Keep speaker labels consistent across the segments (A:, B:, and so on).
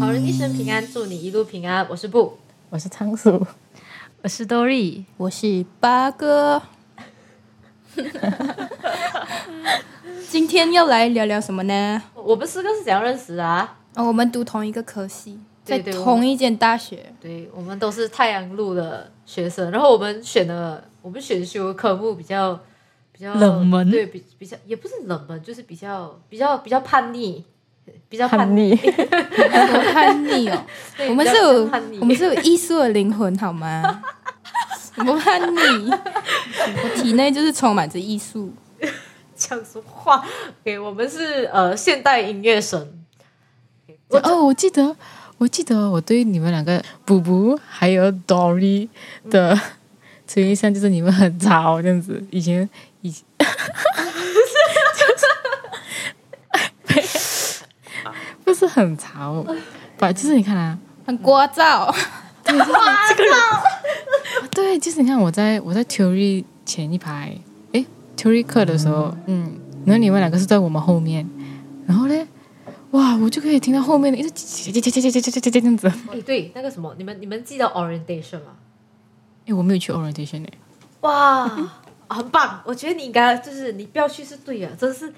A: 安，祝你一路平安。我是布，
B: 我是仓鼠，
C: 我是 Dory，
D: 我是八哥。今天要来聊聊什么呢？
A: 我们四个是怎样认识的啊？
D: 哦、我们读同一个科系，在
A: 对对我
D: 同一间大学。
A: 对我们都是太阳路的学生，然后我们选的我们选修的科目比较比较
C: 冷门
A: 对比比较也不是冷门，就是比较比较比较叛逆，比较
B: 叛
A: 逆，
B: 逆，
D: 我叛逆 哦，
A: 对
D: 我们
A: 比
D: 是
A: 较
D: 有
A: 叛逆，
D: 我们是有艺术的灵魂，好吗？我不叛逆，我体内就是充满着艺术。
A: 讲什么话？OK，我们是呃现代音乐神，我
B: 哦，我记得，我记得我对你们两个布布还有 Dory 的初印象就是你们很吵这样子。以前以前 就是不是很吵，反就是你看啊，
D: 很聒噪，
B: 对，就是你看我在我在 theory 前一排，诶 theory 课的时候，嗯，然后你们两个是在我们后面，然后嘞，哇，我就可以听到后面的一直叽叽叽叽叽叽叽叽叽这样子。
A: 哎对那个什么，你们你们记得 orientation 吗？
B: 诶，我没有去 orientation 诶，
A: 哇， 很棒！我觉得你应该就是你不要去是对的，真是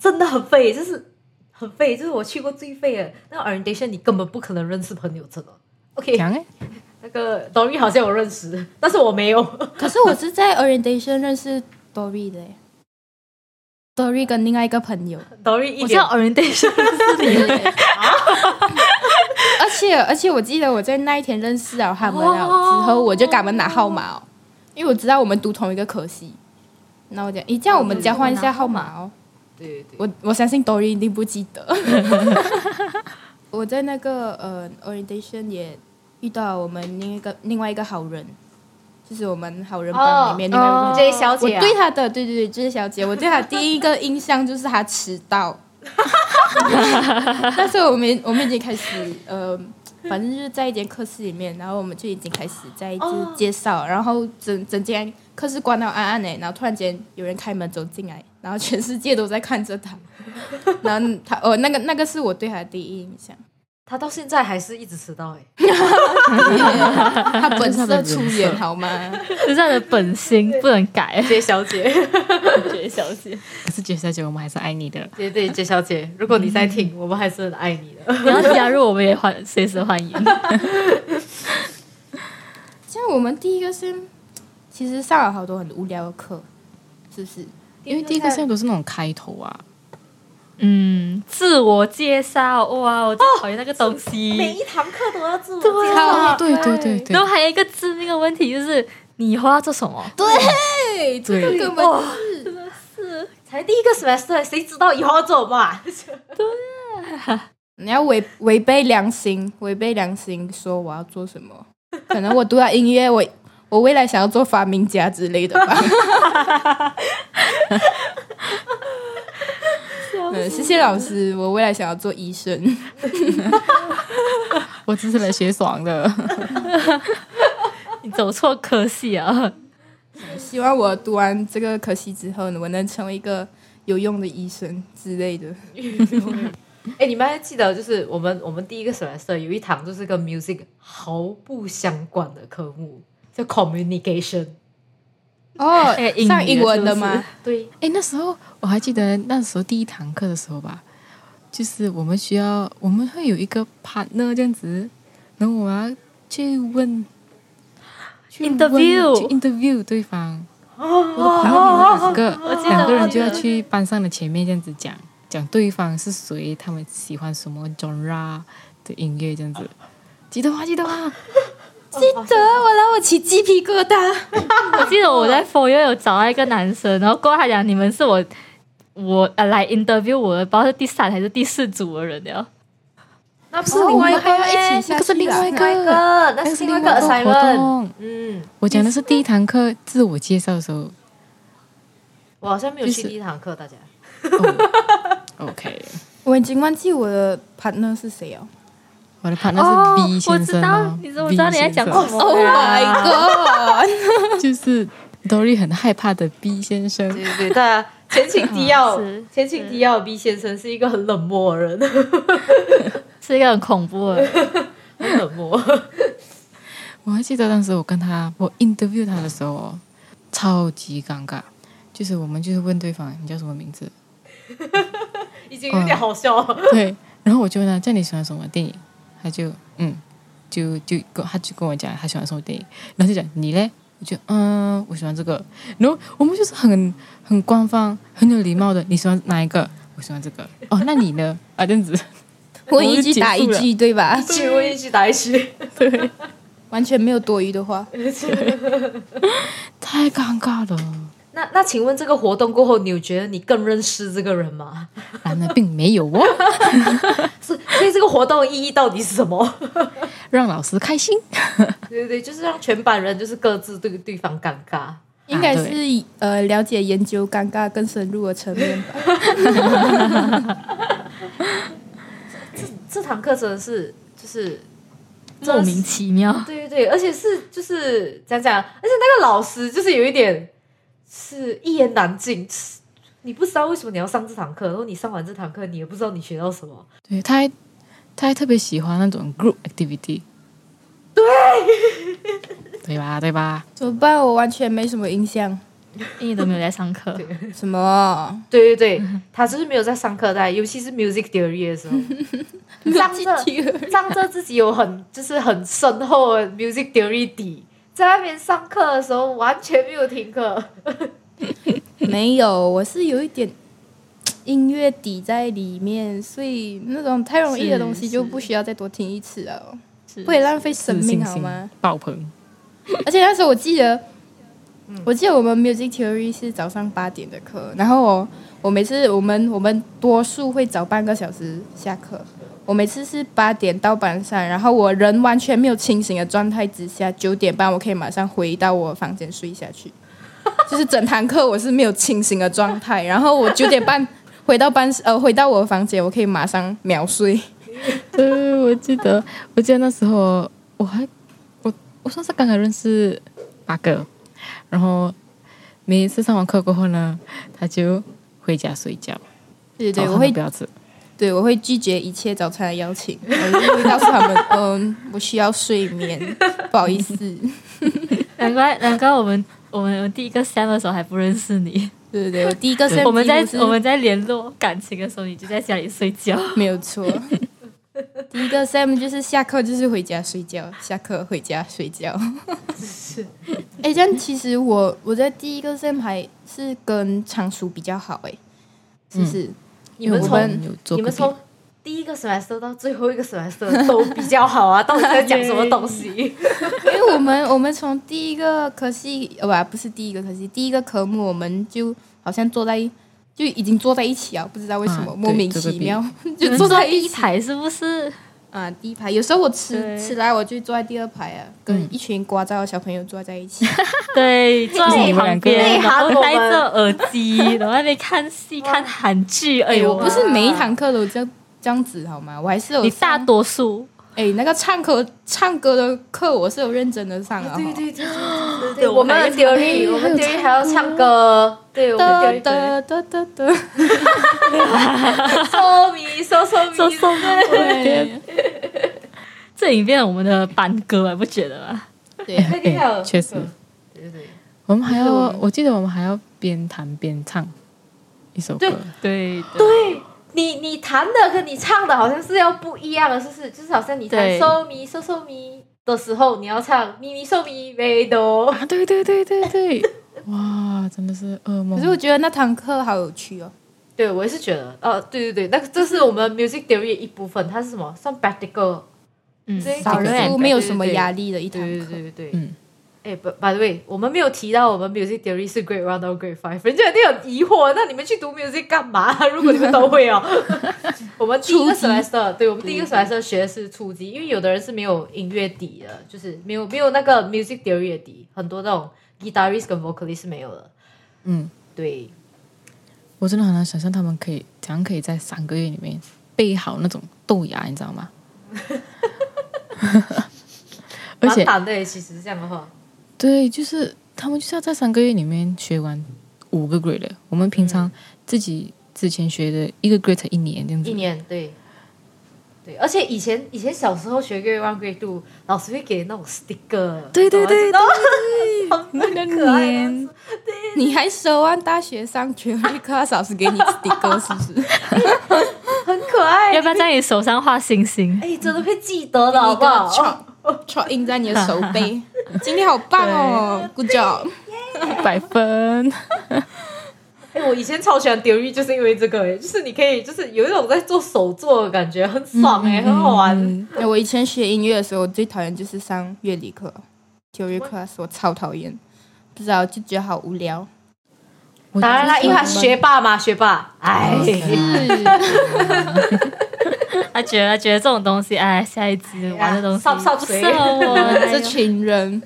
A: 真的很废，就是很废，就是我去过最废的那个 orientation，你根本不可能认识朋友，真的。OK，
B: 讲诶，
A: 那个 Dory 好像我认识， 但是我没有。
D: 可是我是在 orientation 认识 Dory 的耶，Dory 跟另外一个朋友。
A: Dory 一
C: 我
A: 点
C: 叫 orientation，
D: 而且而且我记得我在那一天认识了他们了、
A: 哦
D: 之后，我就给他们拿号码、哦，因为我知道我们读同一个科系。那我讲，诶，这样我们交换一下号码哦。
A: 对对对，
D: 我我相信 Dory 一定不记 得。我在那个呃 orientation 也遇到我们另一个另外一个好人，就是我们好人帮里
A: 哦
D: 面另外一个好人。
A: J 小
D: 我
A: 姐、啊，
D: 对她的对对对，就是小姐，我对她第一个印象就是她迟到。 但是我们我们已经开始呃，反正就是在一间课室里面，然后我们就已经开始在就是
A: 哦
D: 介绍然后整整间课室关到暗暗的，然后突然间有人开门走进来，然后全世界都在看着她，然后她哦那个那个是我对她的第一印象，
A: 她到现在还是一直迟到哎、
D: 哦她
B: 她的
D: 本色
B: 人
D: 出
B: 设
D: 演好吗？
C: 这是他的本心不能改。
A: j 小姐，
C: 绝小姐，
B: 可是杰小姐，我们还是爱你的。
A: 对对 J 小姐，如果你在 听，我们还是很爱你的。
C: 你要加入我们也欢随时欢 迎。
D: 像我们第一个是，其实上了好多很无聊的课，是不是？
B: 因为第一个项都是那种开头啊，
C: 嗯，自我介绍，哇，我最讨厌那个东西。
A: 一堂课都要自我
C: 哦
A: 介绍
B: 啊，对对对对
C: 然后还有一个致命的问题就是，你以后要做什么？
D: 对，这个
B: 对
D: 根本
A: 哇才第一个 semester，谁知道以后要做什么、啊？
D: 你要违违背良心，违背良心说我要做什么？可能我读了音乐，我我未来想要做发明家之类的吧。嗯，谢谢老师，我未来想要做医生。
B: 我只是来学爽的。
C: 你走错科系啊！
D: 希望我读完这个科系之后呢，我能成为一个有用的医生之类的。
A: 哎、你们还记得就是我们我们第一个 semester 有一堂就是跟 music 毫不相关的科目，叫 communication。
D: 哦
C: 哎，英语
D: 上英文的
C: 是不
D: 吗
C: 是？
A: 对，
B: 诶，哎那时候我还记得，那时候第一堂课的时候吧，就是我们需要，我们会有一个 partner 这样子，然后我要去问，去问
C: Interview
B: 去 interview 对方，
C: 哦
B: 然后你们两个
C: 记得
B: 两个
C: 哦我
B: 人
C: 记
B: 就
C: 得
B: 要去班上的前面这样子讲，讲对方是谁，他们喜欢什么 genre 的音乐这样子，记得吗？记得吗？
D: 记得，我让我起鸡皮疙瘩。
C: 我记得我在 f o r 有找到一个男生，然后过后他讲你们是我我呃来 interview 我的，不知道是第三还是第四组的人了。
A: 那不
D: 是另外一个欸
B: 那个是另外一
A: 另外一个，
B: 个，
A: 哎那是
B: 是
A: 另外一
B: 另
A: 个
B: 外一个活
A: assignment。
B: 动。
A: 嗯，
B: 我讲的是第一堂课自我介绍的时候。
A: 我好像没有去
B: 就是
A: 第一堂课，大家。
B: 哦 OK，
D: 我已经忘记我的 partner 是谁哦。
B: 我的 partner 是 B
C: 我
B: 先
C: 知
B: 生
C: 道
B: 哦，
C: 你怎么知道你在讲什么
D: Oh
C: 啊
D: my god！
B: B 先生 就是 Dory 很害怕的 B 先生
A: 对。对对，大家前情提要
C: 是，
A: 前情提要，B 先生是一个很冷漠的人，
C: 是一个很恐怖的人，
A: 很冷漠。
B: 我还记得当时我跟他，我 interview 他的时候哦，超级尴尬，就是我们就是问对方你叫什么名 字，
A: 已经有点好笑了。
B: 对，然后我就问他，这样你喜欢什么电影？他就嗯，就就跟他就跟我讲他喜欢什么电影，然后就讲你嘞，我就嗯，我喜欢这个，然后我们就是很很官方、很有礼貌的，你喜欢哪一个？我喜欢这个。哦，那你呢？啊，这样子，
D: 问一句打一
B: 我就结束
D: 句，对吧？
A: 去问一句打一句，
D: 完全没有多余的话。
B: 太尴尬了。
A: 那那请问这个活动过后，你有觉得你更认识这个人吗？
B: 然而并没有哦，
A: 是，所以这个活动的意义到底是什么？
B: 让老师开心。
A: 对对对，就是让全班人就是各自对对方尴尬。
D: 应该
B: 啊
D: 是、
B: 对
D: 呃了解研究尴尬更深入的层面吧。
A: 这堂课真的是就是
C: 莫名其妙。
A: 对对对，而且是就是讲讲，而且那个老师就是有一点是一言难尽，是你不知道为什么你要上这堂课，然后你上完这堂课，你也不知道你学到什么。
B: 对，他还他还特别喜欢那种 group activity。对，对吧？对吧？
D: 怎么办？我完全没什么印象。
C: 因为都没有在上课，
D: 什么？
A: 对对对，他就是没有在上课带，尤其是 music theory 的时候， 上着仗着自己有很就是很深厚的 music theory 底，在那边上课的时候完全没有听课。
D: 没有，我是有一点音乐底在里面，所以那种太容易的东西就不需要再多听一次了，
C: 是
D: 不会浪费生
B: 自
D: 命
B: 信
D: 好
B: 心
D: 吗？
B: 爆棚。
D: 而且那时候我记得，我记得我们 music theory 是早上八点的课，然后我我每次我们我们多数会早半个小时下课，我每次是八点到班上，然后我人完全没有清醒的状态之下，九点半我可以马上回到我房间睡下去，就是整堂课我是没有清醒的状态，然后我九点半回到班呃回到我房间，我可以马上秒睡。
B: 对，我记得，我记得那时候我还我我算是刚刚认识八哥，然后每一次上完课过后呢，他就回家睡觉，
D: 对对
B: 早餐
D: 对，
B: 都
D: 我会
B: 不要吃。
D: 对，我会拒绝一切早餐的邀请，我就会告诉他们， 嗯，我需要睡 眠，不好意思。
C: 难怪难怪我们我们第一个 sem 的时候还不认识你，
D: 对对对，我第一个是
C: 我们在
D: 是
C: 我们在联络感情的时候，你就在家里睡觉。
D: 没有错。第一个 Sam 就是下课就是回家睡觉，下课回家睡觉。哎、这样其实我我在第一个 Sam 还是跟常熟比较好哎、是不是？
A: 你们
D: 我
A: 从
D: 们
B: 有做
A: 你
B: 过
A: 们
B: 别
A: 从第一个 semester 到最后一个 semester 都比较好啊，到底在讲什么东西？
D: 因为我们我们从第一个科系，呃，不，不是第一个科系，第一个科目我们就好像坐在就已经坐在一起啊，不知道为什么、
B: 啊对
D: 莫名
B: 坐在
D: 其妙 就坐
C: 嗯坐
D: 在
C: 在
D: 一
C: 一
D: 起
C: 排是不是？
D: 啊，第一排。有时候我迟
C: 对
D: 迟来，我就坐在第二排啊，
B: 嗯
D: 跟一群刮噪的小朋友坐在一起。
C: 对，坐在
B: 你们
C: 我旁
B: 两个
C: 边，
A: 内
C: 然
A: 涵
C: 后
A: 我们
C: 戴着耳机，然后在那边看戏、看韩剧。哎
D: 哎、
C: 呦，
D: 我不是每一堂课都这样这样子好吗？我还是有
C: 你大
D: 上
C: 多数
D: 哎、那个唱歌唱歌的课我是有认真的上啊。
A: 对对对对对对
C: 对
A: 对，我们的 theory，我们 theory 还要唱歌，对，我们
D: 哒
A: theory
D: 哒哒哒哒，
A: 收迷收收迷
C: 都送到我的
B: 对
C: 天。这影片我们的班歌，你不觉得吗？
D: 对啊，
A: 对
B: 哎确实
A: 对对
B: 我们还要
D: 就是我，们
B: 我记得我们还要边弹边唱一首歌
A: 对，
C: 对对
A: 对。你你弹的跟你唱的好像是要不一样的，是不是？就是好像你弹
C: 对
A: 收咪收收咪的时候，你要唱咪咪收咪咪哆。
B: 啊，对对对对对， 哇，真的是噩梦。
D: 可是我觉得那堂课好有趣哦。
A: 对，我也是觉得，呃，对对对，那个这是我们 music theory 的一部分，它是什么？算 practical，
C: 嗯，
A: 所以
D: 少
B: 这个
D: 数
B: 人
D: 没有什么压
A: 力。
D: 力的一堂
A: 对对
D: 课。
A: 对对对。
B: 嗯，
A: 哎，by by the way，我们没有提到我们 music theory 是 grade one 到 grade five，人家一定有疑惑，那你们去读 music 干嘛？ 如果你们都会 哦，我们第一个 semester，对我们第一个 semester 学的是初级，因为有的人是没有音乐底的，就是没有没有那个 music theory 的底，很多那种 guitarist 跟 vocalist 是没有的。
B: 嗯，
A: 对，
B: 我真的很难想象他们可以怎样可以在三个月里面备好那种豆芽，你知 道吗？而
A: 蛮
B: 且
A: 难的耶，其实这样的话，
B: 对，就是他们就是要在三个月里面学完五个 grade 的。我们
A: 嗯
B: 平常自己之前学的一个 grade 才一年这样子，
A: 一年对，对，而且以前以前小时候学 Grade One、Grade Two，老师会给那种 sticker，
B: 对对对
A: 然后
B: 那 个
A: 可爱啊
B: 年，
D: 你还奢望大学上 theory class 老师给你 sticker 是不是？
A: 很可爱，
C: 要不要在你手上画星星？
A: 哎，真的会记得的好不好？
D: 戳戳印在你的手背，今天好棒哦，Good job！
B: 百分。
A: 哎，我以前超喜欢 Theory，就是因为这个，哎，就是你可以，就是有一种在做手作的感觉，很
B: 嗯
A: 爽哎，很好玩。
D: 哎我以前学音乐的时候，我最讨厌就是上乐理课，theory class 我超讨厌，不知道就觉得好无聊。
B: 我
A: 当然啦，
B: 就是
A: 因为他学霸嘛，学霸，哎，
B: 哦
C: 他觉得觉得这种东西，哎，下一集玩的东西
A: 哎呀少少
C: 不
A: 水
C: 适合我，
D: 这
C: 哎呦
D: 群人，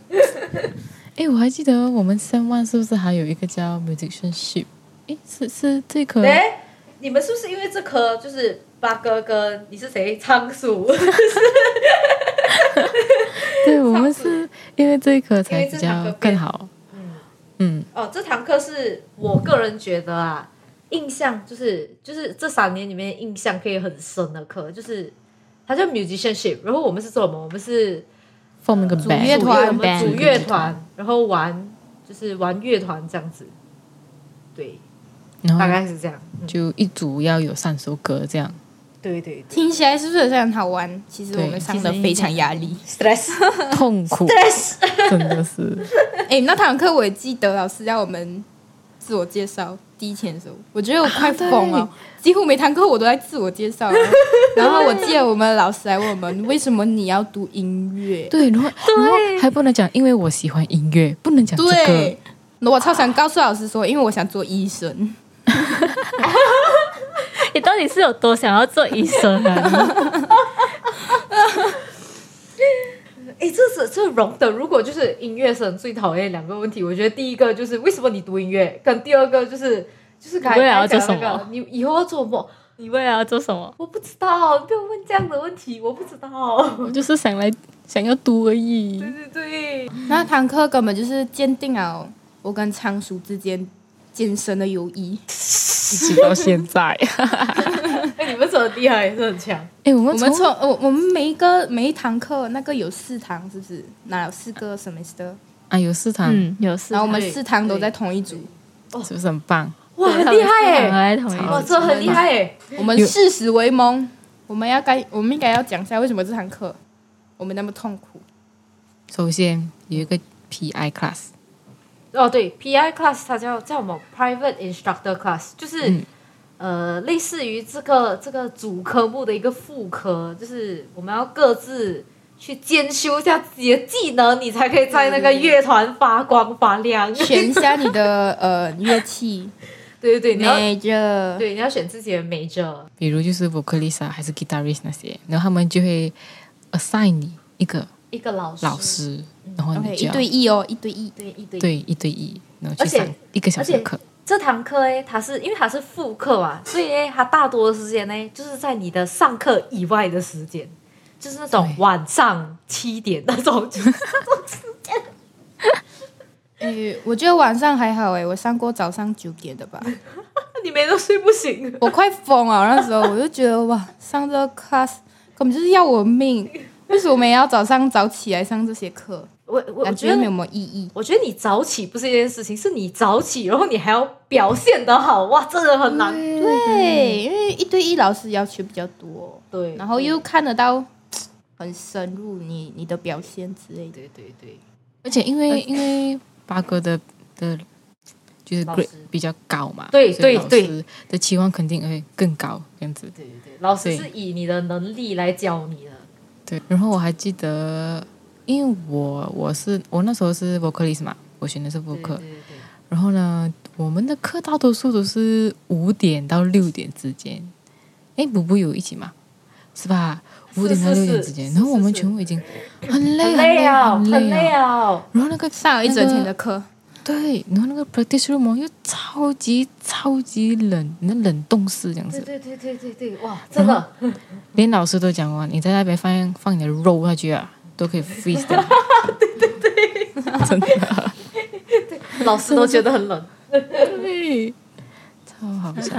B: 哎，我还记得我们三万是不是还有一个叫 musicianship？哎，是是这个
A: 哎，你们是不是因为这颗就是八哥跟你是谁仓鼠？
B: 对，我们是因为这个才
A: 因为
B: 比
A: 这堂
B: 较
A: 课变
B: 更好。嗯
A: 哦，这堂课是我个人觉得啊，印象就是就是这三年里面印象可以很深的课，就是它叫 musicianship，然后我们是做什么？我们是
B: f o r m 一个
A: 组
C: 哎
B: band，
D: 乐团
A: 我们
C: band
A: 组乐团，然后玩就是玩乐团这样子，对，
B: 然
A: 大
B: 后
A: 概是这样。嗯
B: 就一组要有三首歌这 样。
A: 对对对
D: 听起来是不是好像很好玩？其实
B: 对
D: 我们上的非常压力。
A: ，stress
B: 痛苦，真的是。
D: 哎，那堂课我也记得，老师让我们自我介绍。第一天的时候，我觉得我快疯了，几乎每堂课我都在自我介绍。啊然后我记得我们老师还问我们，为什么你要读音乐？
B: 对，然后然后还不能讲，因为我喜欢音乐，不能讲这个
D: 对。，我超想告诉老师说，因为我想做医生。
C: 你到底是有多想要做医生啊？
A: 哎，这是这容的。如果就是音乐生最讨厌两个问题，我觉得第一个就是为什么你读音乐，跟第二个就是就是刚才
C: 你未来要
A: 刚才
C: 做
A: 讲
C: 什
A: 那
C: 么
A: 个，你以后要做什么？
C: 你未来要做什么？
A: 我不知道，你不要问这样的问题，我不知道。
B: 我就是想来想要读而已
A: 对。对对，
D: 那堂课根本就是鉴定了我跟仓鼠之间健身的友谊。
B: 一直到现在。
A: 哎，你们怎么厉害，也是很强。
B: 哎，我
D: 我
B: 们
D: 们
B: 从
D: 从我我们每一个每一堂课那个有四堂是不是？哪有四个 semester？
B: 啊有市场，
C: 嗯，有事
D: 然后我们
A: 对
D: 四堂都
A: 对
D: 在同一组，
B: 是不是很棒？
A: 哇，很厉害哎！
C: 哎，同
A: 哇，
C: 意。
A: 这很厉害哎！
D: 我们
B: 有
D: 视死为盟。我们要该我们应该要讲一下为什么这堂课我们那么痛苦。
B: 首先有一个 PI class，
A: 哦，对，PI class 它叫叫什么？Private Instructor class，就是、
B: 嗯
A: 呃，类似于这个这个主科目的一个副科，就是我们要各自去兼修一下自己的技能，你才可以在那个乐团发光发亮。
D: 选一下你 的呃乐器
A: 对对对，你要
D: major，
A: 对你要选自己的 major。
B: 比如就是 vocalist 啊还是 guitarist 那些，然后他们就会 assign 你一个
A: 一个老师，
B: 老师，然后
D: OK
B: 你就
D: 一
B: 要
D: 对一哦，一对一。
A: 对一对一
B: 对一对一，然后
A: 而
B: 去
A: 且
B: 上一个小时
A: 而
B: 的
A: 且
B: 课。
A: 这堂课诶，它是因为它是副课嘛，所以诶它大多的时间呢，就是在你的上课以外的时间，就是那种
B: 对
A: 晚上七点那种，就是
D: 诶，我觉得晚上还好诶，我上过早上九点的吧，
A: 你没都睡不醒。
D: 我快疯了。那时候我就觉得哇，上这个 class 根本就是要我命，为什么也要早上早起来上这些课？
A: 我我我
D: 感
A: 觉
D: 觉
A: 得，
D: 没有什么意义。
A: 我觉得你早起不是一件事情，是你早起，然后你还要表现得好，哇，真的很难。
D: 对，因为一对一老师要求比较多，
A: 对，
D: 然后
B: 嗯
D: 又看得到很深入你你的表现之类的。
A: 对对对，
B: 而且因
A: 呃
B: 为因为八哥的的，就是
A: 老
B: grade
A: 师
B: 比较高嘛，
A: 对
B: 所以
A: 对
B: 老
A: 对
B: 师的期望肯定会更高这样子。
A: 对对对，老师
B: 对
A: 是以你的能力来教你的。
B: 对，然后我还记得，因为我我是我那时候是 vocalist 嘛，我选的是
A: 对
B: vocal，
A: 对对对
B: 然后呢，我们的课大多数都是五点到六点之间。哎，补补有一起嘛，是吧？五点到
A: 是
B: 六
A: 是
B: 点之间，
A: 是
B: 然后我们
A: 是是
B: 全部已经很累
A: 很累啊，
B: 很
A: 很累
B: 累啊。
A: 啊。
B: 然后那个
D: 上了一整天的课，
B: 对，然后那个 practice room 哦又超级超级冷，那冷冻室这样
A: 对
B: 子，
A: 对对对对对， 哇，真的，
B: 连老师都讲哦，你在那边放放你的肉下去啊，都可以 freeze 掉。对对对，真的
A: 老师都觉得很冷。
B: 对，超好笑。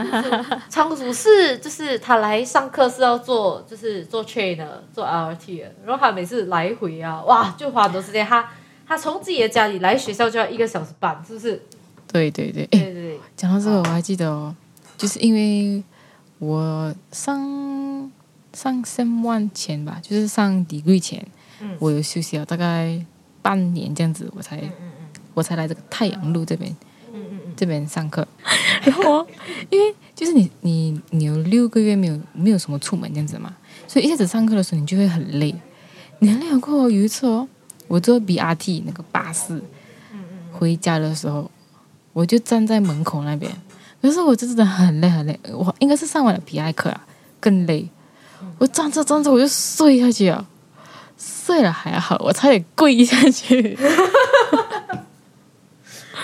A: 仓鼠是就是他来上课是要做就是做 train 的，做 RT 的，然后他每次来回啊，哇，就花很多时间。他他从自己的家里来学校就要一个小时半，是不是？
B: 对对对，
A: 对
B: 哎，
A: 对对，
B: 讲到这个我还记得哦，就是因为我上上 sem one 前吧，就是上 degree 前，
A: 嗯
B: 我有休息了大概半年这样子，我才、我才来这个太阳路这边。
A: 嗯嗯嗯，
B: 这边上 课，然后哦因为就是你你你有六个月没有没有什么出门这样子嘛，所以一下子上课的时候你就会很累，你很累了过后有一次哦，我坐 BRT 那个巴士
A: 嗯
B: 回家的时候，我就站在门口那边，可是我真的很累很累，我应该是上完了皮埃课啊，更累，我站着站着我就睡下去了，啊睡了还好，我差点跪下去。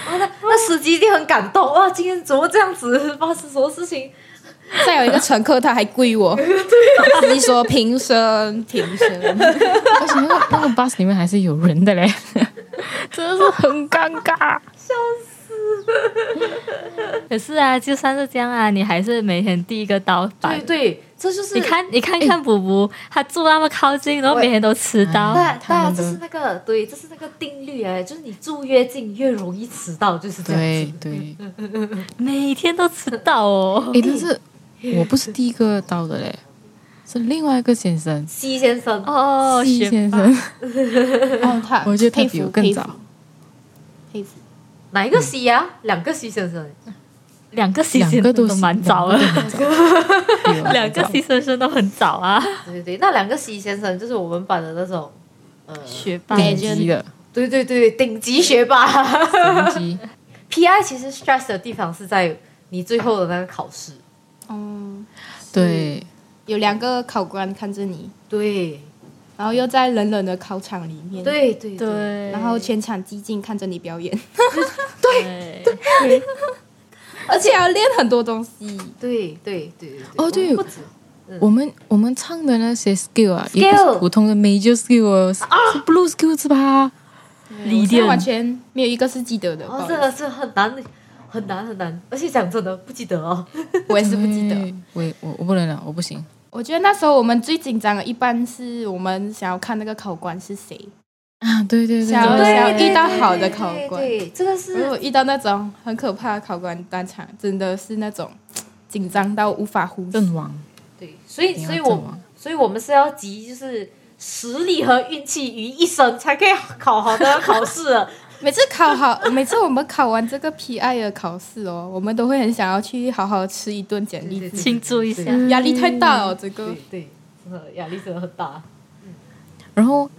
A: 哇，那那司机一定很感动哇！今天怎么这样子？ 发生什么事情？
D: 再有一个乘客他还跪 我，你说平身 平
B: 哦
D: 身，
B: 而且那个那个 bus 里面还是有人的嘞，真的是很尴尬。
C: 可是啊，就算是这样啊，你还是每天第一个到
A: 对
C: 班。
A: 对，这就是
C: 你看，你看看补补，他住那么靠近，然后每天都迟到。
A: 哎那
B: 他
A: 那
B: 们
A: 这
B: 的
A: 是那个对，这是那个定律哎，就是你住越近越容易迟到，就是这样
B: 对
A: 子。
B: 对，
C: 每天都迟到哦。
B: 诶，哎但是我不是第一个到的嘞，是另外一个先生，
A: 西先生，
C: 哦，
B: 西
C: 学
B: 先生，
D: 哦，他
B: 我觉得
D: 佩
B: 他比
D: 服
B: 我更
D: 佩服
B: 早，
D: 佩服，
A: 哪一个西呀？两个西先生，
C: 两个西
B: 两
C: 先
B: 个
C: 生
B: 都
C: 都
B: 是
C: 蛮早的，
B: 两个都很早比我
C: 两个
B: 早
C: 西先生都很早啊，
A: 对对对，那两个西先生就是我们班的那种，呃，
C: 学霸。
B: 顶级的
A: 对对对，顶级学霸。
B: 顶级，
A: PI 其实 stress 的地方是在你最后的那个考试，
D: 哦，
B: 对
D: 有两个考官看着你，
A: 对
D: 然后又在冷冷的考场里面，，
A: 对对对，
C: 对，
D: 然后全场寂静看着你 表演，
C: 对，
D: 而且要练很多东西，
A: 对对对对。
B: 哦对
A: 我们不止
B: 我们我们唱的那些 skill 啊，也不
A: Skill
B: 是普通的 major skill 哦，是是 blue skill 是吧？
C: 理
D: 现在
C: 念
D: 完全没有一个是记得的，不
A: 哦
D: 好，意
A: 这
D: 思
A: 个是很难很难很难，而且讲真的不记得哦。
D: 我也是不记得。
B: 对，我也我我不能了，我不行。
D: 我觉得那时候我们最紧张的一般是我们想要看那个考官是谁，
B: 啊，对对对
D: 想要
B: 对，
D: 想要遇到好的考
A: 对对
D: 官。
A: 对对，这个
D: 如
A: 是
D: 果遇到那种很可怕的考官当场，真的是那种紧张到无法呼吸。
B: 阵亡。
A: 对，所以
B: 你要
A: 所以
B: 阵
A: 我
B: 亡
A: 所以我们是要集就是实力和运气于一身，才可以考好的考试的。
D: 每次考好，每次我们考完这个 PI 的考试哦，我们都会很想要去好好吃 一顿简历
A: 对
D: 自
A: 对
D: 己，
C: 庆祝一下。
A: 对
D: 压力太大了，这个
A: 对对，真的压力真的很大。
B: 然后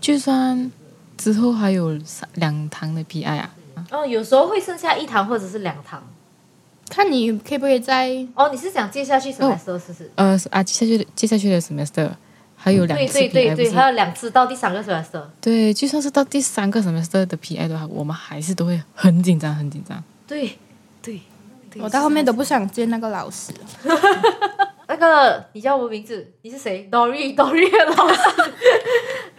B: 就算之后还有三两堂的 PI 啊，
A: 哦，有时候会剩下一堂或者是两堂。
D: 看你可不可以在
A: 哦，你是想接下去什么时候？是不是？
B: 呃啊，接下去的接下去的 semester 还有两
A: 对
B: 次
A: 对
B: PI
A: 对
B: 不
A: 对，
B: 是
A: 还有两次到第三个 semester。
B: 对，就算是到第三个 semester 的 PI 的话，我们还是都会很紧张，很紧张。
A: 对对对，
D: 我到后面都不想见那个老师了，
A: 那个你叫什么名字？你是谁？Dory Dory 的老师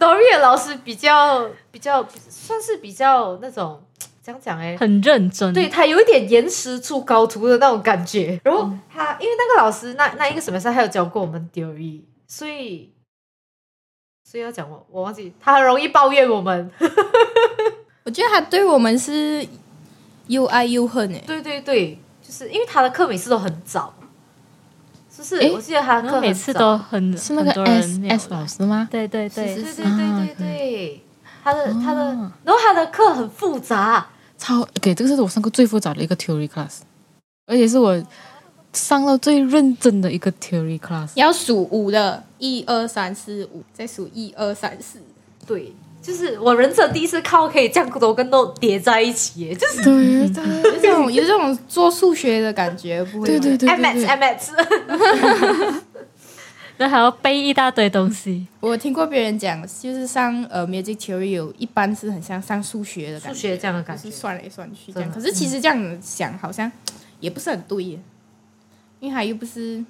A: ，Dory 的老师比较比较算是比较那种讲讲哎，
C: 很认真，
A: 对，他有一点严师出高徒的那种感觉。然后他因为那个老师那那一个什么时候还有教过我们 Dory，所以所以要讲我我忘记，他很容易抱怨我们。
D: 我觉得他对我们是又爱又恨诶。
A: 对对对，就是因为他的课每次都很早，就是
B: 诶
A: 我记得他的
C: 然
A: 课
C: 后每
A: 很
C: 次
A: 早
C: 都很
B: 是那个
C: 很多
B: S
C: 人
B: S 老师吗？
C: 对对
A: 对
C: 对，
A: 对
B: 啊
A: 对对
C: 嗯
A: 对，他的他的
B: 哦，
A: 然后他的课很复杂，
B: 超给、这个是我上过最复杂的一个 theory class，而且是我上到最认真的一个 theory class。
D: 要数五的，一二三四五，再数一二三四。
A: 对，就是我人生第一次靠可以这样都跟 note 叠在一起耶，就是
B: 对对
D: 有这种有这种做数学的感觉，不会
B: 对
D: 吗
B: 对对
A: M X
B: 对
A: M X，
C: 然后还要背一大堆东西，
D: 我听过别人讲，就是上呃 music theory 有一般是很像上数学的感
A: 数
D: 觉，
A: 学这样的感
D: 就
A: 觉
D: 是。算来算去这样。
A: 真的
D: 可是其实这样想好像也不是很对耶，因为它又不是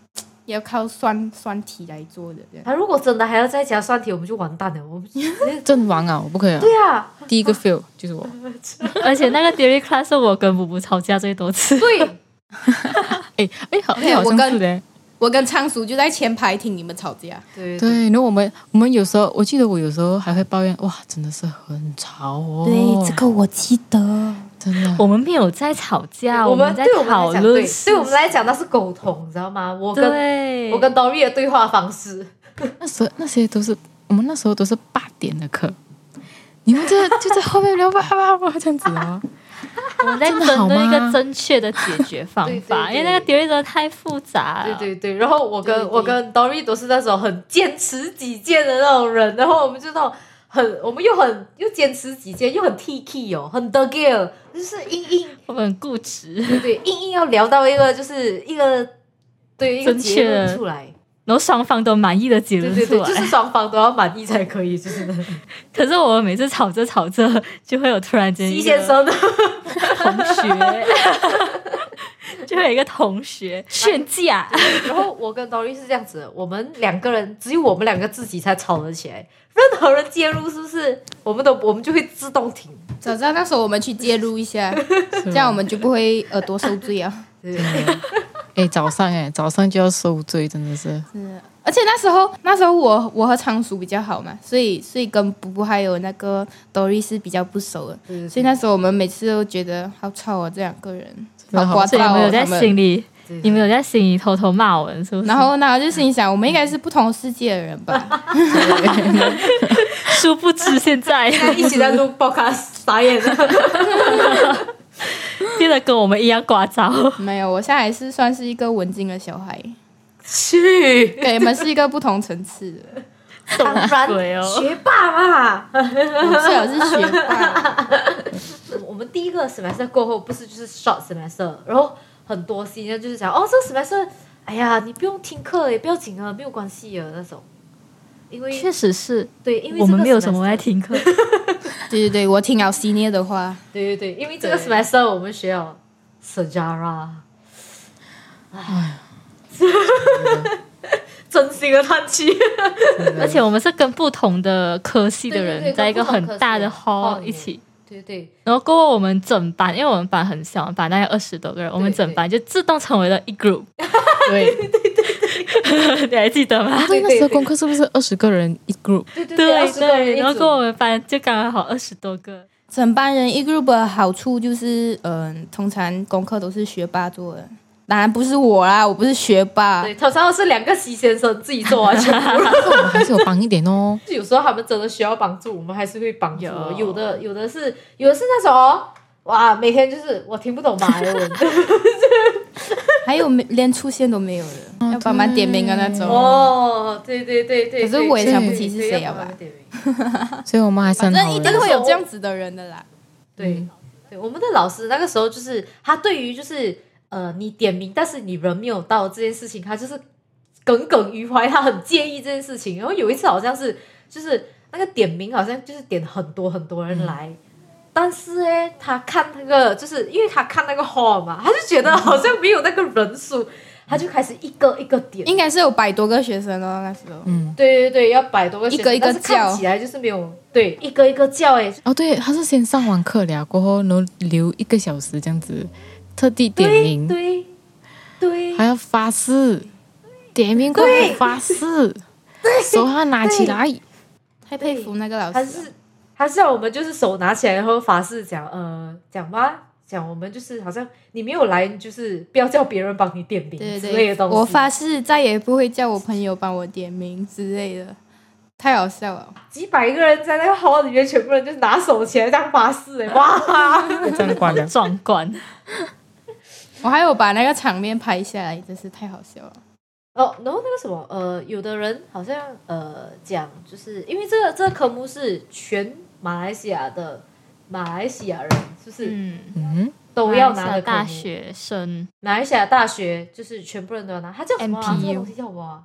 D: 要靠算算题来做的这样。
A: 他如果真的还要再加算题，我们就完蛋了。我们 对
B: 阵亡啊！我不可以啊！
A: 啊，
B: 第一个 fail 就是我。
C: 而且那个 theory class 是我跟补补吵架最多次，
A: 对，
B: 哎哎，好，
D: 对
B: 哎好
D: 我
B: 像
D: 跟
B: 是的。
D: 我跟仓鼠就在前排听你们吵架，
A: 对
B: 对，然后我们我们有时候，我记得我有时候还会抱怨，哇，真的是很吵哦。
D: 个我记得。
B: 真的，
C: 我们没有在吵架，
A: 我
C: 啊们
A: 们
C: 在
A: 对我们
C: 讨
A: 来讲，
C: 论
A: 对
C: 事，
A: 对我们来讲那是沟通，你知道吗？我跟
C: 对，
A: 我跟 Dory 的对话方式，
B: 那时候那些都是我们那时候都是八点的课，你们就就在后面聊叭叭叭这样子哦。
C: 我们在
B: 真的好
C: 针对一
B: 吗
C: 个正确的解决方
A: 对对
C: 法，
A: 对
C: 因为那个 theory 真的太复杂
A: 对
C: 了。
A: 对对。然后我跟
D: 对对
A: 我跟 Dory 都是那种很坚持己见的那种人，然后我们就那种很，我们又很又坚持己见，又很 T K 哦，很 The Girl，就是硬 硬
C: 我们很固执，
A: 对对硬硬要聊到一个就是一个对一个
C: 正
A: 结
C: 确的
A: 论出来，
C: 然后双方都满意的结
A: 对
C: 论
A: 对
C: 出
A: 对，
C: 来。
A: 就是双方都要满意才可以， 就是那种
C: 可是我们每次吵着吵着，就会有突然间
A: 西
C: 一
A: 先
C: 个
A: 生的。
C: 同学， 就会有一个 同学劝架。
A: 然后我跟 Dory 是这样子的，我们两个人只有我们两个自己才吵得起来，任何人介入是不是？我们都我们就会自动停。
D: 早知道那时候我们去介入一 下，这样我们就不会耳朵受罪啊。
A: 对，
B: 哎，早上哎，早上就要受罪，真的是。
D: 是，而且那时候那时候我我和仓鼠比较好嘛，所以所以跟布布还有那个 Dory 是比较不熟的，
A: 对对
D: 所以那时候我们每次都觉得好吵哦，这两个人
B: 真的好
D: 刮
C: 所以你
D: 噪
C: 们有
D: 哦，
C: 在
D: 他
C: 心
D: 们。
C: 里，
A: 对
C: 你们有在心里偷偷骂我们，是不是？
D: 然后然后就心里想，我们应该是不同世界的人 吧？
C: 殊不知现在
A: 一起在录 podcast，傻眼了。
C: 变得跟我们一样聒 噪。
D: 没有，我现在还是算是一个文静的小孩，
A: 去，
D: 对，你们是一个不同层次的，
A: 当然
C: 鬼哦
A: 学霸嘛。
D: 我最好是学 霸，
A: 我们第一个 semester 过后不是就是 short semester，然后很多新人就是讲哦，这个 semester，哎呀，你不用听课也不要紧啊，没有关系的那种。因为
C: 确实是
A: 对，因为
C: 我
A: 这
C: 们
A: 个
C: 没有什么
A: semester
C: 在听课，
D: 对对对，我听了 senior 的话，
A: 对对对，因为这个
D: 对
A: semester 我们学了 Sajara，真心的叹气。
C: 而且我们是跟不同的科系的
A: 对对
C: 人
A: 对
C: 在一个
A: 跟不同
C: 很
A: 科系
C: 大的
A: 的 hall
C: hall
A: 里
C: 一起。
A: 对对
C: 然后过后我们整班，因为我们班很小，我们班大概二十多个人，我们整班就自动成为了一 group。
B: 对，
C: 你还记 得吗？
B: 对，那时候功课是不是二十个人一 group？
A: 对对对，二
C: 对
A: 十个人
C: 对，
A: 一
C: 然后
A: 组
C: 过后我们班就刚刚好二十多个，
D: 整班人一 group 的好处就是，嗯、通常功课都是学霸做的，当然不是我啦，我不是学霸
A: 对，，通常是两个西先生自己做完全部。
B: 但是我们还是有帮一点哦。
A: 有时候他们真的需要帮助，我们还是会帮助的。
C: 有
A: 有的有的是有的是那种哦哇，每天就是我听不懂马来文
D: 还有没连出现都没有的，
B: 嗯
D: 要帮忙点名啊的那 种。
A: 哦，对对对对。
D: 可是我也
A: 对
D: 想
B: 不
A: 对
D: 起是
A: 对
D: 谁
A: 要
D: 了
A: 帮
D: 吧
A: 忙点名
B: 所以我们还是
D: 反
B: 很
D: 正
B: 好
D: 一
B: 的
D: 定。会有这样子的人的啦。
A: 对、
D: 嗯
A: 对，我们的老师那个时候就是他对于就是呃你点名，但是你人没有到这件事情，他就是耿耿于怀，他很介意这件事情。然后有一次好像是就是那个点名好像就是点很多很多
D: 嗯
A: 人来。但是哎，他看那个，就是因为他看那个 hall 嘛，他就觉得好像没有那个人数，他就开始一个一个点。
D: 应该是有百多个学生哦，那时候。
B: 嗯，
A: 对对对，要百多个选
D: 一个一个
A: 但是看
D: 叫
A: 起来就是没有对一个一个叫哎，
B: 哦，对，他是先上完课了，过后然后留一个小时这样子，特地点
A: 对
B: 名，
A: 对对，
B: 还要发誓，点名过后还发誓，手还要拿起来。
D: 太佩服那个老
A: 他
D: 师了，
A: 是他是让我们就是手拿起来，然后法师讲呃讲吧，讲我们就是好像你没有来，你就是不要叫别人帮你点名
D: 对
A: 之类
D: 对
A: 的
D: 对，
A: 东西。
D: 我发誓再也不会叫我朋友帮我点名之类的，太好笑了。
A: 几百个人在那个 hall 里面，全部人就拿手起来当法师、欸，哇！
B: 这样关了。
C: 壮观。
D: 我还有把那个场面拍下来，真是太好笑了。
A: 哦，然后那个什么，呃，有的人好像呃讲，就是因为这个这个科目是全马来西亚的马来西亚人，就是
D: 嗯，
B: 嗯，
A: 都要拿的科目
C: 大学生，
A: 马来西亚大学就是全部人都要拿，它叫什么、啊？
D: MPU
A: 这个东西叫什么啊、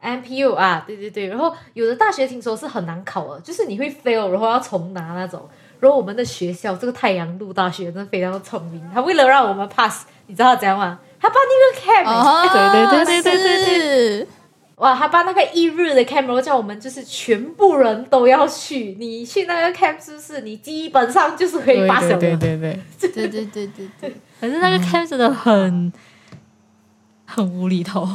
A: m p u 啊，对对对。然后有的大学听说是很难考的，就是你会 fail，然后要重拿那种。然后我们的学校这个太阳路大学真的非常的聪明，他为了让我们 pass，你知道他怎样吗？他把那个 cam，、
D: 哦，
C: 对对对对对
D: 对对，
A: 哇，他把那个一日的 camp 然后叫我们就是全部人都要去，你去那个 camp 是不是你基本上就是可以
B: 对
A: pass 了的？
B: 对对对对，
D: 对对对对对，
A: 嗯
C: 可是那个 camp 真的很很无 厘头。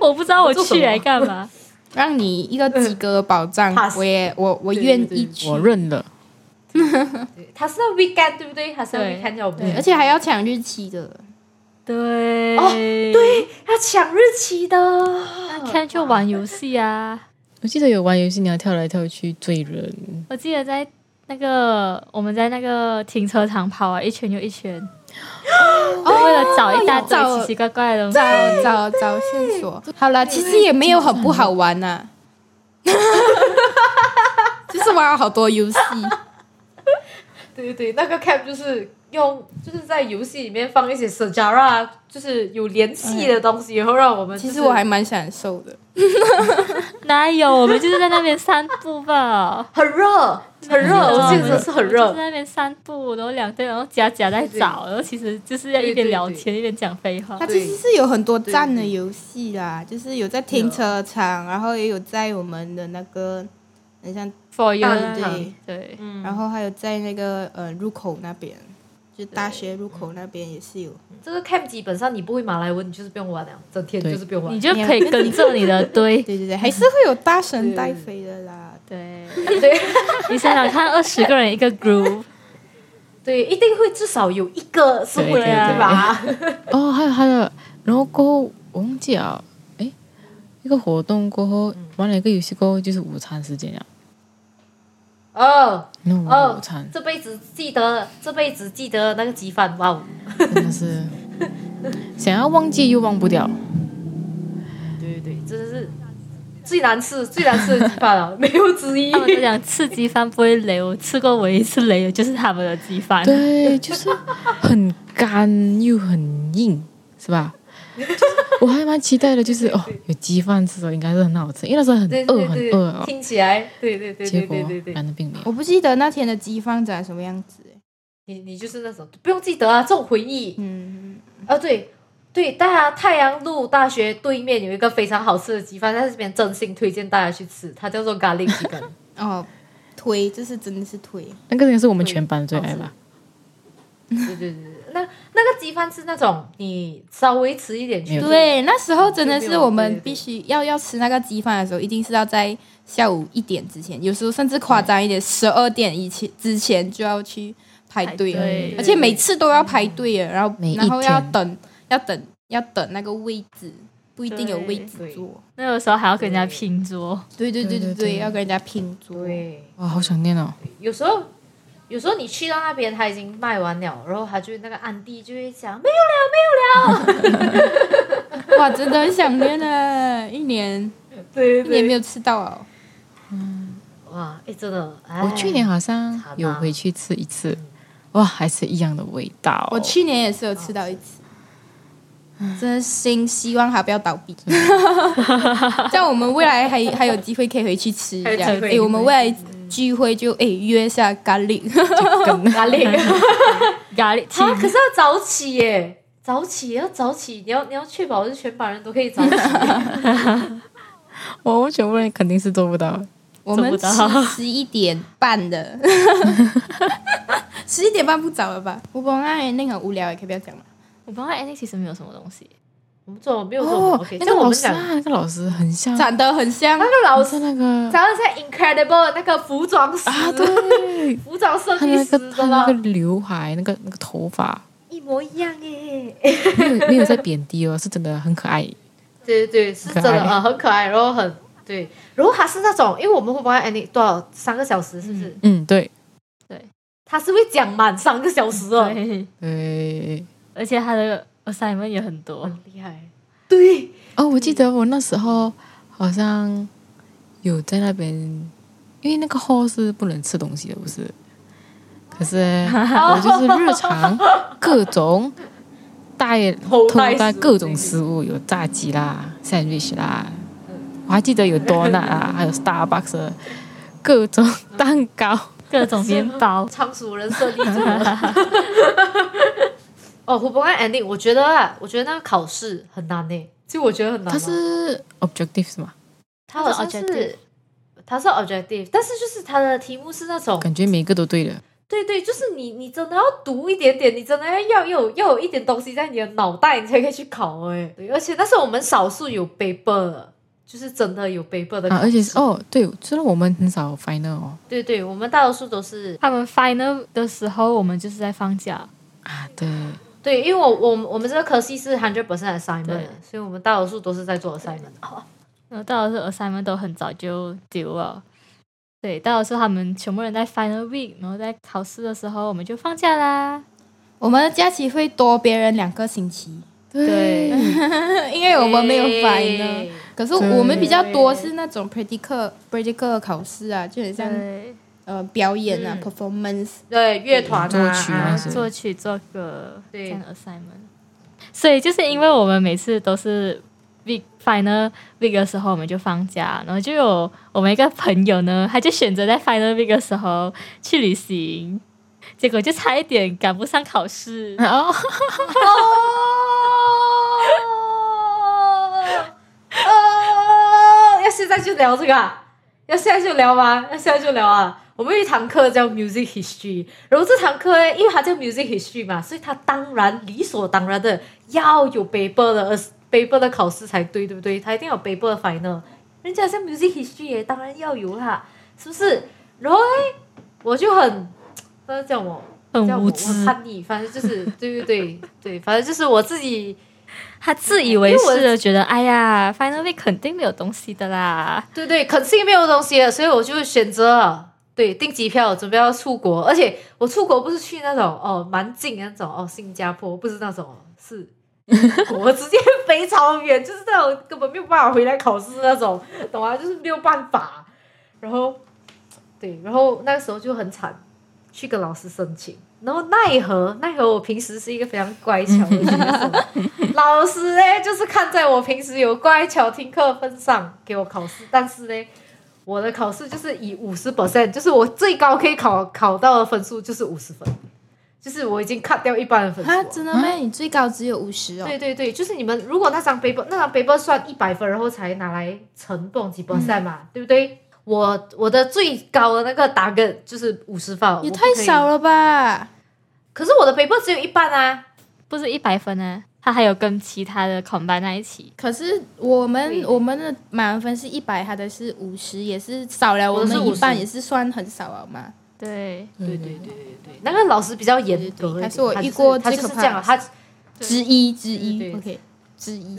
C: 我不知道我去来干嘛，
D: 让你一个及格的保障
A: 嗯 Pass，
D: 我也我我
A: 对
D: 愿
A: 对
D: 意
A: 对
D: 去
B: 我，认了。
A: 对他是要 weekend 对不对？他是要
C: 对
A: weekend 要我们
D: 对，而且还要抢日期的，
C: 对，
A: 哦对，要抢日期的。
C: 看就玩游戏啊。
B: 我记得有玩游戏，你要跳来跳去追人，
C: 我记得在那个我们在那个停车场跑啊，一圈又一圈，
A: 哦
C: 为了找一大堆
D: 找
C: 奇奇怪怪的东西。
D: 找找找线索。
A: 嗯
D: 好了，其实也没有很不好玩啊呐、就是玩了好多游 戏，
A: 对对对，那个 cap 就是用就是在游戏里面放一些 s e j a r a 就是有联系的东西，然后让我们、。
D: 其实我还蛮享受的。
C: 哪有？我们就是在那边散步吧
A: 很热很 热，
C: 嗯
A: 我记得是很
C: 我们就
A: 热
C: 是。在那边散步，然后两队然后夹夹在找，然后其实就是要一边聊天一边讲废话
D: 它。
A: 对
D: 其实是有很多站的
A: 对对
D: 游戏啦，就是有在停车场，然后也有在我们的那个，很像，
A: 嗯
C: For you，
A: 大
D: 对
A: 堂
C: 对，
A: 嗯，
D: 然后还有在那个呃入口那边，就大学入
A: 嗯
D: 口那边也是有。
A: 这个 cap 基本上你不会马来文，你就是不用玩了，整天
B: 对
A: 就是不用玩。
C: 嗯你就可以跟着你 的队。
D: 对对对， 还是会有大神带飞的啦。
C: 对，
A: 对
C: 你想想看，二十个人一个 group，
A: 对，一定会至少有一个是会
B: 对
C: 对
A: 的 吧？
C: 嗯
B: 哦，还有还有，然后过后我忘记了，诶，一个活动过后玩了一个游戏过后就是午餐时间了，啊
A: 哦
B: 那我们
A: 哦
B: 午餐，
A: 这辈子记得这辈子记得那个鸡饭，哇哦！
B: 真 的是想要忘记又忘不掉。
A: 对对对，真的是最难吃最难吃的鸡饭啊了，没有之一
C: 他。们都讲吃鸡饭不会雷，我吃过唯一一次雷的就是他们的鸡饭。
B: 对，就是很干又很硬，是吧？就是我还蛮期待的，就是哦，有鸡饭吃哦的应该是很好吃，因为那时候很
A: 对
B: 饿
A: 对
B: 很
A: 对，
B: 饿哦。
A: 听起来对对对
B: 结
A: 对嗯
B: 果
A: 对
B: 嗯
A: 对对，
B: 然而并没有。
D: 我不记得那天的机房长什么样子、欸
A: 你你就是那种不用记得啊，这种回忆
D: 嗯，
A: 啊，对对，大家太阳路大学对面有一个非常好吃的鸡饭，在这边真心推荐大家去吃，它叫做 garlic chicken。
D: 哦，推，这是真的是推。
B: 那个人是我们全班最爱吧？
A: 嗯对对对对，那那个鸡饭是那种你稍微迟一点
B: 没
A: 去
B: 有，
D: 对，那时候真的
A: 对没
D: 是
A: 有
D: 我
A: 对
D: 们
A: 对
D: 必须要要吃那个鸡饭的时候，一定是要在下午一点之前，有时候甚至夸张一点，十二点以前之前就要去排队了，
C: 对
D: 而且每次都要排队耶，然后
B: 每一
D: 然后要
B: 天
D: 等要等要等那个位置，不一定有位置
A: 对
D: 坐。
C: 那个时候还要跟人家拼桌，
D: 对对对
B: 对对
D: 对对，要跟人家拼桌。
A: 对，
B: 哇，好想念哦！
A: 有时候。有时候你去到那边，他已经卖完了，然后他就那个安迪就会讲没有了，没有了。
D: 哇，真的很想念啊！一年
A: 对
D: 一年没有吃到哦。
A: 哇，哎，真的，哎
B: 我去年好像
A: 惨啊
B: 有回去吃一次，哇，还是一样的味道。
D: 我去年也是有吃到一次，真心希望它不要倒 闭，这样我们未来还还有机会可以回去吃。
A: 还有
D: 这
A: 机
D: 样
A: 会，
D: 哎，我们未来聚会就哎约一下咖喱，
A: garlic。
C: 压力
A: 啊，可是要早起耶，早起要早起，你要你要确保是全班人都可以早 起。
B: 我我全部人肯定是做不到。
D: 我们
C: 做不到
D: 吃十一点半的， 十一点半不早了吧？我本来那个很无聊，也可以不要讲了。
C: 我不知道 a n 其实没有什么东西，
A: 我们做没有做
B: 哦
A: OK，，
B: 那
A: 像
B: 个
A: 我
B: 老
A: 们
B: 师
A: 讲
B: 啊，那个老师很像，
D: 长得很像
A: 那，个老
B: 老
A: 师
B: 师，那个
A: 长得像 Incredible 那个服装师，
B: 啊，对，
A: 服装设
B: 他
A: 计
B: 那
A: 师
B: 个他
A: 真
B: 那个
A: 的
B: 刘海，那个那个头发，
A: 一模一样耶。
B: 没有没有在贬低哦，是真的很可爱。
A: 对对对，是真的
B: 可爱
A: 啊，很可爱，然后很对，然后他是那种，因为我们会帮 Annie 多少三个小时，是不是？
B: 嗯，对
A: 他是会讲满三个小时哦，
C: 对，
B: 对。
C: 而且他的 assignment 也很多，
A: 很厉害。对，
B: 哦，我记得我那时候好像有在那边，因为那个 hall 是不能吃东西的，不是？可 是我就是日常 各种带
A: 偷
B: 偷
A: 带
B: 带
A: 食物
B: 各种食物，有炸鸡啦、sandwich 啦，我还记得有 donut 啊，还有 Starbucks 的各种蛋 糕。
C: 各种面包，
A: 仓鼠人设立住了。 哦，胡伯安 ending，我觉得啊，我觉得那个考试很难呢，就我觉得很难哦。
B: 它是 objective 是吗？
A: 他好像
C: 它是 objective
A: 是他是 objective，但是就是他的题目是那种
B: 感觉每一个都对的。
A: 对对，就是你，你真的要读一点点，你真的要要有要有一点东西在你的脑袋，你才可以去考哎、对，而且那是我们少数有 paper，的就是真的有 paper 的考试、
B: 啊，而且是哦，对，虽然我们很少 final 哦，
A: 对对，我们大多数都是
C: 他们 final 的时候，我们就是在放假，
B: 啊，对，
A: 对，因为我我们我们这个科系是 hundred percent assignment，的
C: 对
A: 所以我们大多数都是在做 assignment 的。
C: 然后大多数 assignment 都很早就丢了。对，大多数他们全部人在 final week，然后在考试的时候我们就放假啦。
D: 我们的假期会多别人两个星期，
C: 对，
D: 因 为我们没有啊 final。可是我们
B: 对
D: 比较多是那种 practical practical 考试啊，就很像
C: 对，
D: 呃表演啊、
A: 嗯
D: performance，
A: 对，乐团啊，
B: 作曲啊
A: 啊
B: 是
C: 作曲作歌
A: 对
C: 这样的 assignment。所以就是因为我们每次都是 week final week 的时候，我们就放假，然后就有我们一个朋友呢，他就选择在 final week 的时候去旅行，结果就差一点赶不上考试。
B: 哦，
A: 哦，呃，要现在就聊这个、啊，要现在就聊吗？要现在就聊啊！我们有一堂课叫 Music History，然后这堂课呢，因为它叫 Music History 嘛，所以它当然理所当然的要有 paper 的，而 paper 的考试才对，对不对？它一定要有 paper 的 final，人家像 Music History 也当然要有啦，是不是？然后呢，我就很，那叫我
C: 很
A: 叫我
C: 无知
A: 我叛逆，反正就是对对对对，反正就是我自己。
C: 他自以为是的觉得，哎呀，final week 肯定没有东西的啦。
A: 对对，肯定没有东西了，所以我就选择了对订机票，准备要出国，而且我出国不是去那种哦蛮近的那种哦新加坡，不是那种是我直接飞超远，就是那种根本没有办法回来考试那种，懂吗、就是没有办法。然后对，然后那个时候就很惨，去跟老师申请。然后奈何奈何，我平时是一个非常乖巧的学生，老师呢，就是看在我平时有乖巧听课的份上，给我考试。但是呢，我的考试就是以五十 percent，就是我最高可以考考到的分数就是五十分，就是我已经 cut 掉一半的分数
D: 啊，
A: 了。
D: 真的吗？你最高只有五十哦
A: 对。对对，就是你们如果那张 paper 那张 paper 算一百分，然后才拿来乘蹦几 percent 嘛，
D: 嗯
A: 对不对？我我的最高的那个打个就是五十分，
D: 也太少
A: 了。
D: 了吧！
A: 可是我的 paper 只有一半啊，
C: 不是一百分呢，他还有跟其他的 combine 在一起。
D: 可是我们
A: 对
D: 我们的满分是一百，他的是五十，也是少了
A: 我
D: 我
A: 的是
D: 们一
A: 50
D: 半，也是算很少了嘛。
C: 对，
B: 对对对，
A: 对那个老师比较严格一点，
D: 对对对他是我
A: 就
D: 遇过
A: 他
D: 最
A: 就是
D: 可
A: 这
D: 怕
A: 样啊，
D: 的
A: 他
D: 之一
A: 对
D: 之一
A: 对
D: ，OK，之一。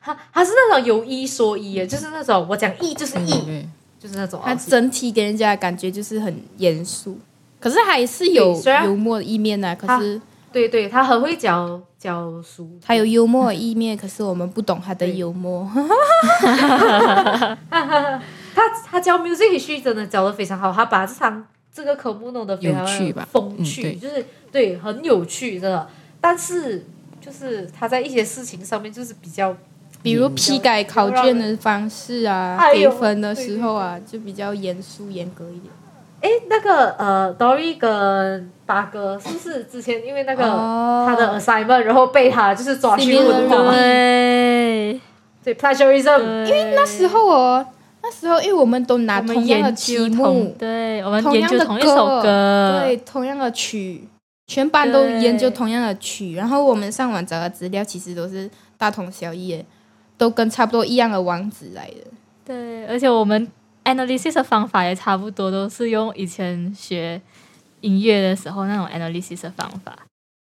A: 他他是那种有一说一耶，就是那种我讲一就是
B: 对
A: 一，
B: 对
A: 就是那种
D: 他
A: 哦
D: 整体给人家的感觉就是很严肃，可是还是有
A: 对虽然啊
D: 幽默的一面呐、可是
A: 对对，他很会教教书，
D: 他有幽默的一面，可是我们不懂他的幽默。
A: 他他教 music history 真的教的非常好，他把这堂这个科目弄得非常
B: 有趣吧
A: 风
B: 嗯
A: 趣，
B: 对
A: 就是对很有趣真的。但是就是他在一些事情上面就是比较
D: 比如批改考卷的方式啊，
A: 哎
D: 给
A: 呦
D: 分的时候啊，就比较严肃严格一点。
A: 哎那个呃 Dory 跟八哥是不是之前因为那个、
D: 哦
A: 他的 assignment 然后被他就是抓去问话
D: Similar
C: 对，
A: 对 plagiarism
C: 因为
D: 那时候哦，那时候因为我们都
A: 啊
D: 拿同样的题目，
C: 对，我们
D: 同呃
C: 研
D: 样
C: 究
D: 的
C: 同一首歌，
D: 对，同样的曲，全班都
C: 对
D: 研究同样的曲，然后我们上网找的资料其实都是大同小异的，都跟差不多一样的网址来的。
C: 对而且我们 analysis 的方法也差不多，都是用以前学音乐的时候那种 analysis 的方法，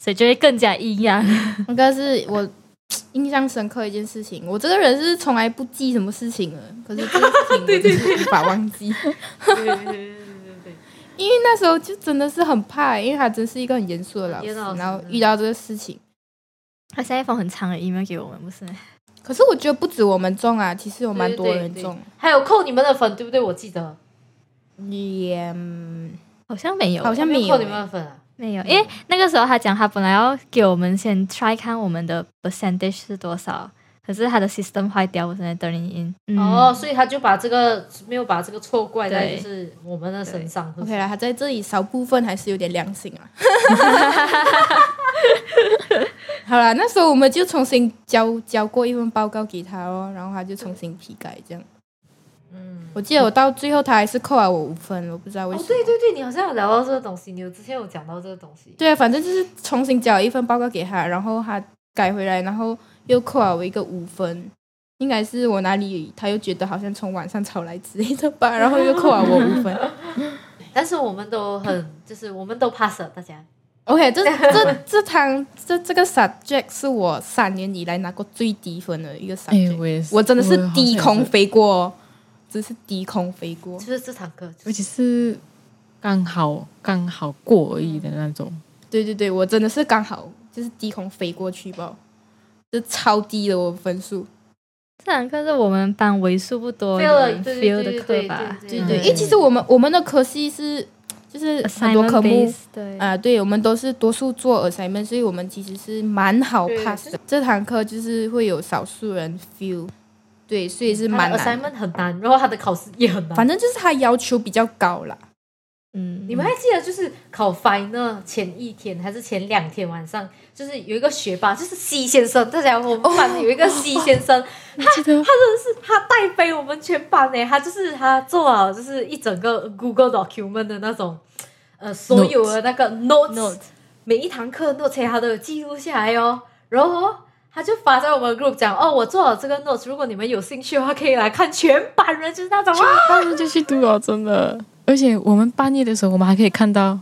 C: 所以就会更加一样。
D: 那个是我印象深刻一件事情，我这个人是从来不记什么事情的，可是这个事情我就是无法忘记。
A: 对对对对对对
D: 因为那时候就真的是很怕，欸因为他真是一个很严肃的老师，
A: 严老师嗯
D: 然后遇到这个事情，
C: 他塞一封很长的 email 给我们，不是？
D: 可是我觉得不止我们中啊，其实有蛮多人中，
A: 还有扣你们的粉对不对？我记得
D: 也嗯
C: 好像没有，
D: 好像没有
A: 扣你
D: 欸
A: 们的粉啊。
C: 没有，因为那个时候他讲他本来要给我们先 try 看我们的 percentage 是多少，可是他的 system 坏掉，我现在 turning
D: 嗯
C: in。嗯
A: 哦，，所以他就把这个没有把这个错怪在
C: 对
A: 就是我们的身上。
D: OK 啦，他在这里少部分还是有点良心 啊。好啦，那时候我们就重新交交过一份报告给他哦，然后他就重新批改这样。
A: 嗯，
D: 我记得我到最后他还是扣了我五分，我不知道为
A: 哦
D: 什么。，
A: 对对对，你好像有聊到这个东西，你有之前有讲到这个东西。
D: 对啊，反正就是重新交一份报告给他，然后他改回来，然后又扣了我一个五分，应该是我哪里他又觉得好像从网上抄来之类的吧，然后又扣了我五分。
A: 但是我们都很，就是我们都 pass 了，大家。
D: OK，这 这这堂这这个 subject 是我三年以来拿过最低分的一个
B: 哎
D: subject，、，
B: 我也是，
D: 我真的是低
B: 我好像也
D: 空
B: 是，
D: 飞过哦，只是低空飞过
A: 就。是这堂课，就是
B: 而且是刚好刚好过而已的那种。
D: 对对对，我真的是刚好就是低空飞过去吧，这超低的我分数。
C: 这堂课是我们班为数不多
A: fail 了，
C: 人
A: 对对
C: feel 的
A: 对
C: 课
A: 对
C: 吧？
A: 对
D: 对
A: 对
D: 对，
B: 嗯
D: 因为其实我们我们的科系是就是很多
C: Assignment
D: 科目
C: based，对
D: 啊、对我们都是多数做 assignment，所以我们其实是蛮好
A: 对
D: pass 的。这堂课就是会有少数人 feel，对，所以是蛮
A: 嗯他的
D: 难的。
A: assignment 很难，然后他的考试也很难。
D: 反正就是他要求比较高啦。
C: 嗯，
A: 你们还记得，就是考 final 前一天还是前两天晚上，就是有一个学霸，就是 C 先生，大家我们班有一个 C 先生，
B: 你哦记得
A: 他带飞我们全班呢，他就是他做好就是一整个 Google document 的那种，呃，所有的那个 notes，,
C: Note
A: 每一堂课 notes 他都有记录下来哦，然后哦他就发在我们 group 讲，哦，我做了这个 notes，如果你们有兴趣的话，可以来看全班人，就是那种哇，
B: 他们就去读了，真的。而且我们半夜的时候，我们还可以看到，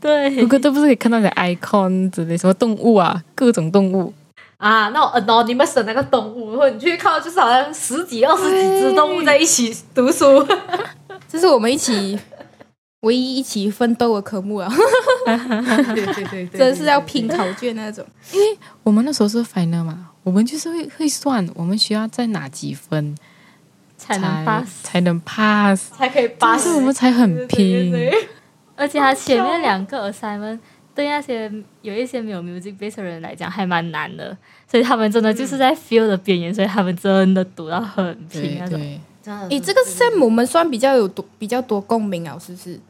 C: 对
B: 不过都不是可以看到你的 icon 之类，什么动物啊，各种动物。
A: 啊，那种 anonymous 的那个动物，然后你去看到就是好像十几、二十几只动物在一起读书，
D: 这是我们一 起唯一一起奋斗的科目啊，
A: 对对对对
D: 真的是要拼考卷那种。
B: 我们那时候是 final 嘛，我们就是会会算，我们需要在哪几分
C: 才
B: 才
C: 能 pass。
B: 才能 pass，
A: 才可以
B: 但
A: 八
B: 是
A: 十，
B: 我们才很
A: 对对
B: 拼。
A: 对对
C: 而且他前面两个
B: 啊
C: assignment 对那些有一些没有 music base 的人来讲还蛮难的，所以他们真的就是在 feel 的边缘，所以他们真的读到很
B: 嗯对
C: 拼那种。
B: 对，
A: 真的是
D: 诶，这个 sem 我们算比较有多比较多共鸣啊，是不是？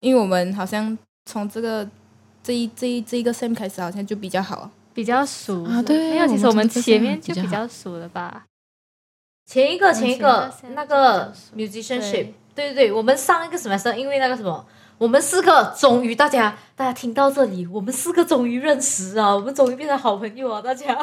D: 因为我们好像从这个这一这一这一个 sem 开始，好像就比较好啊。
C: 比较熟
B: 啊对
C: 没有，其实
B: 我
C: 我
B: 们
C: 们
B: 这个
C: 前面就
B: 比较
C: 比
B: 好
C: 较熟了吧？
A: 前一个前一个
C: 前一个
A: 那个
C: semester
A: musicianship，对对对，我们上一个 semester 因为那个什么，我们四个终于大家大家听到这里，我们四个终于认识啊，我们终于变成好朋友啊，大家。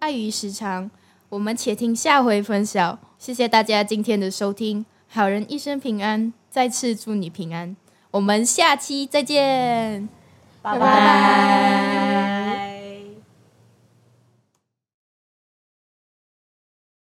D: 碍于时长，我们且听下回分晓。谢谢大家今天的收听，好人一生平安，再次祝你平安。我们下期再见，拜拜。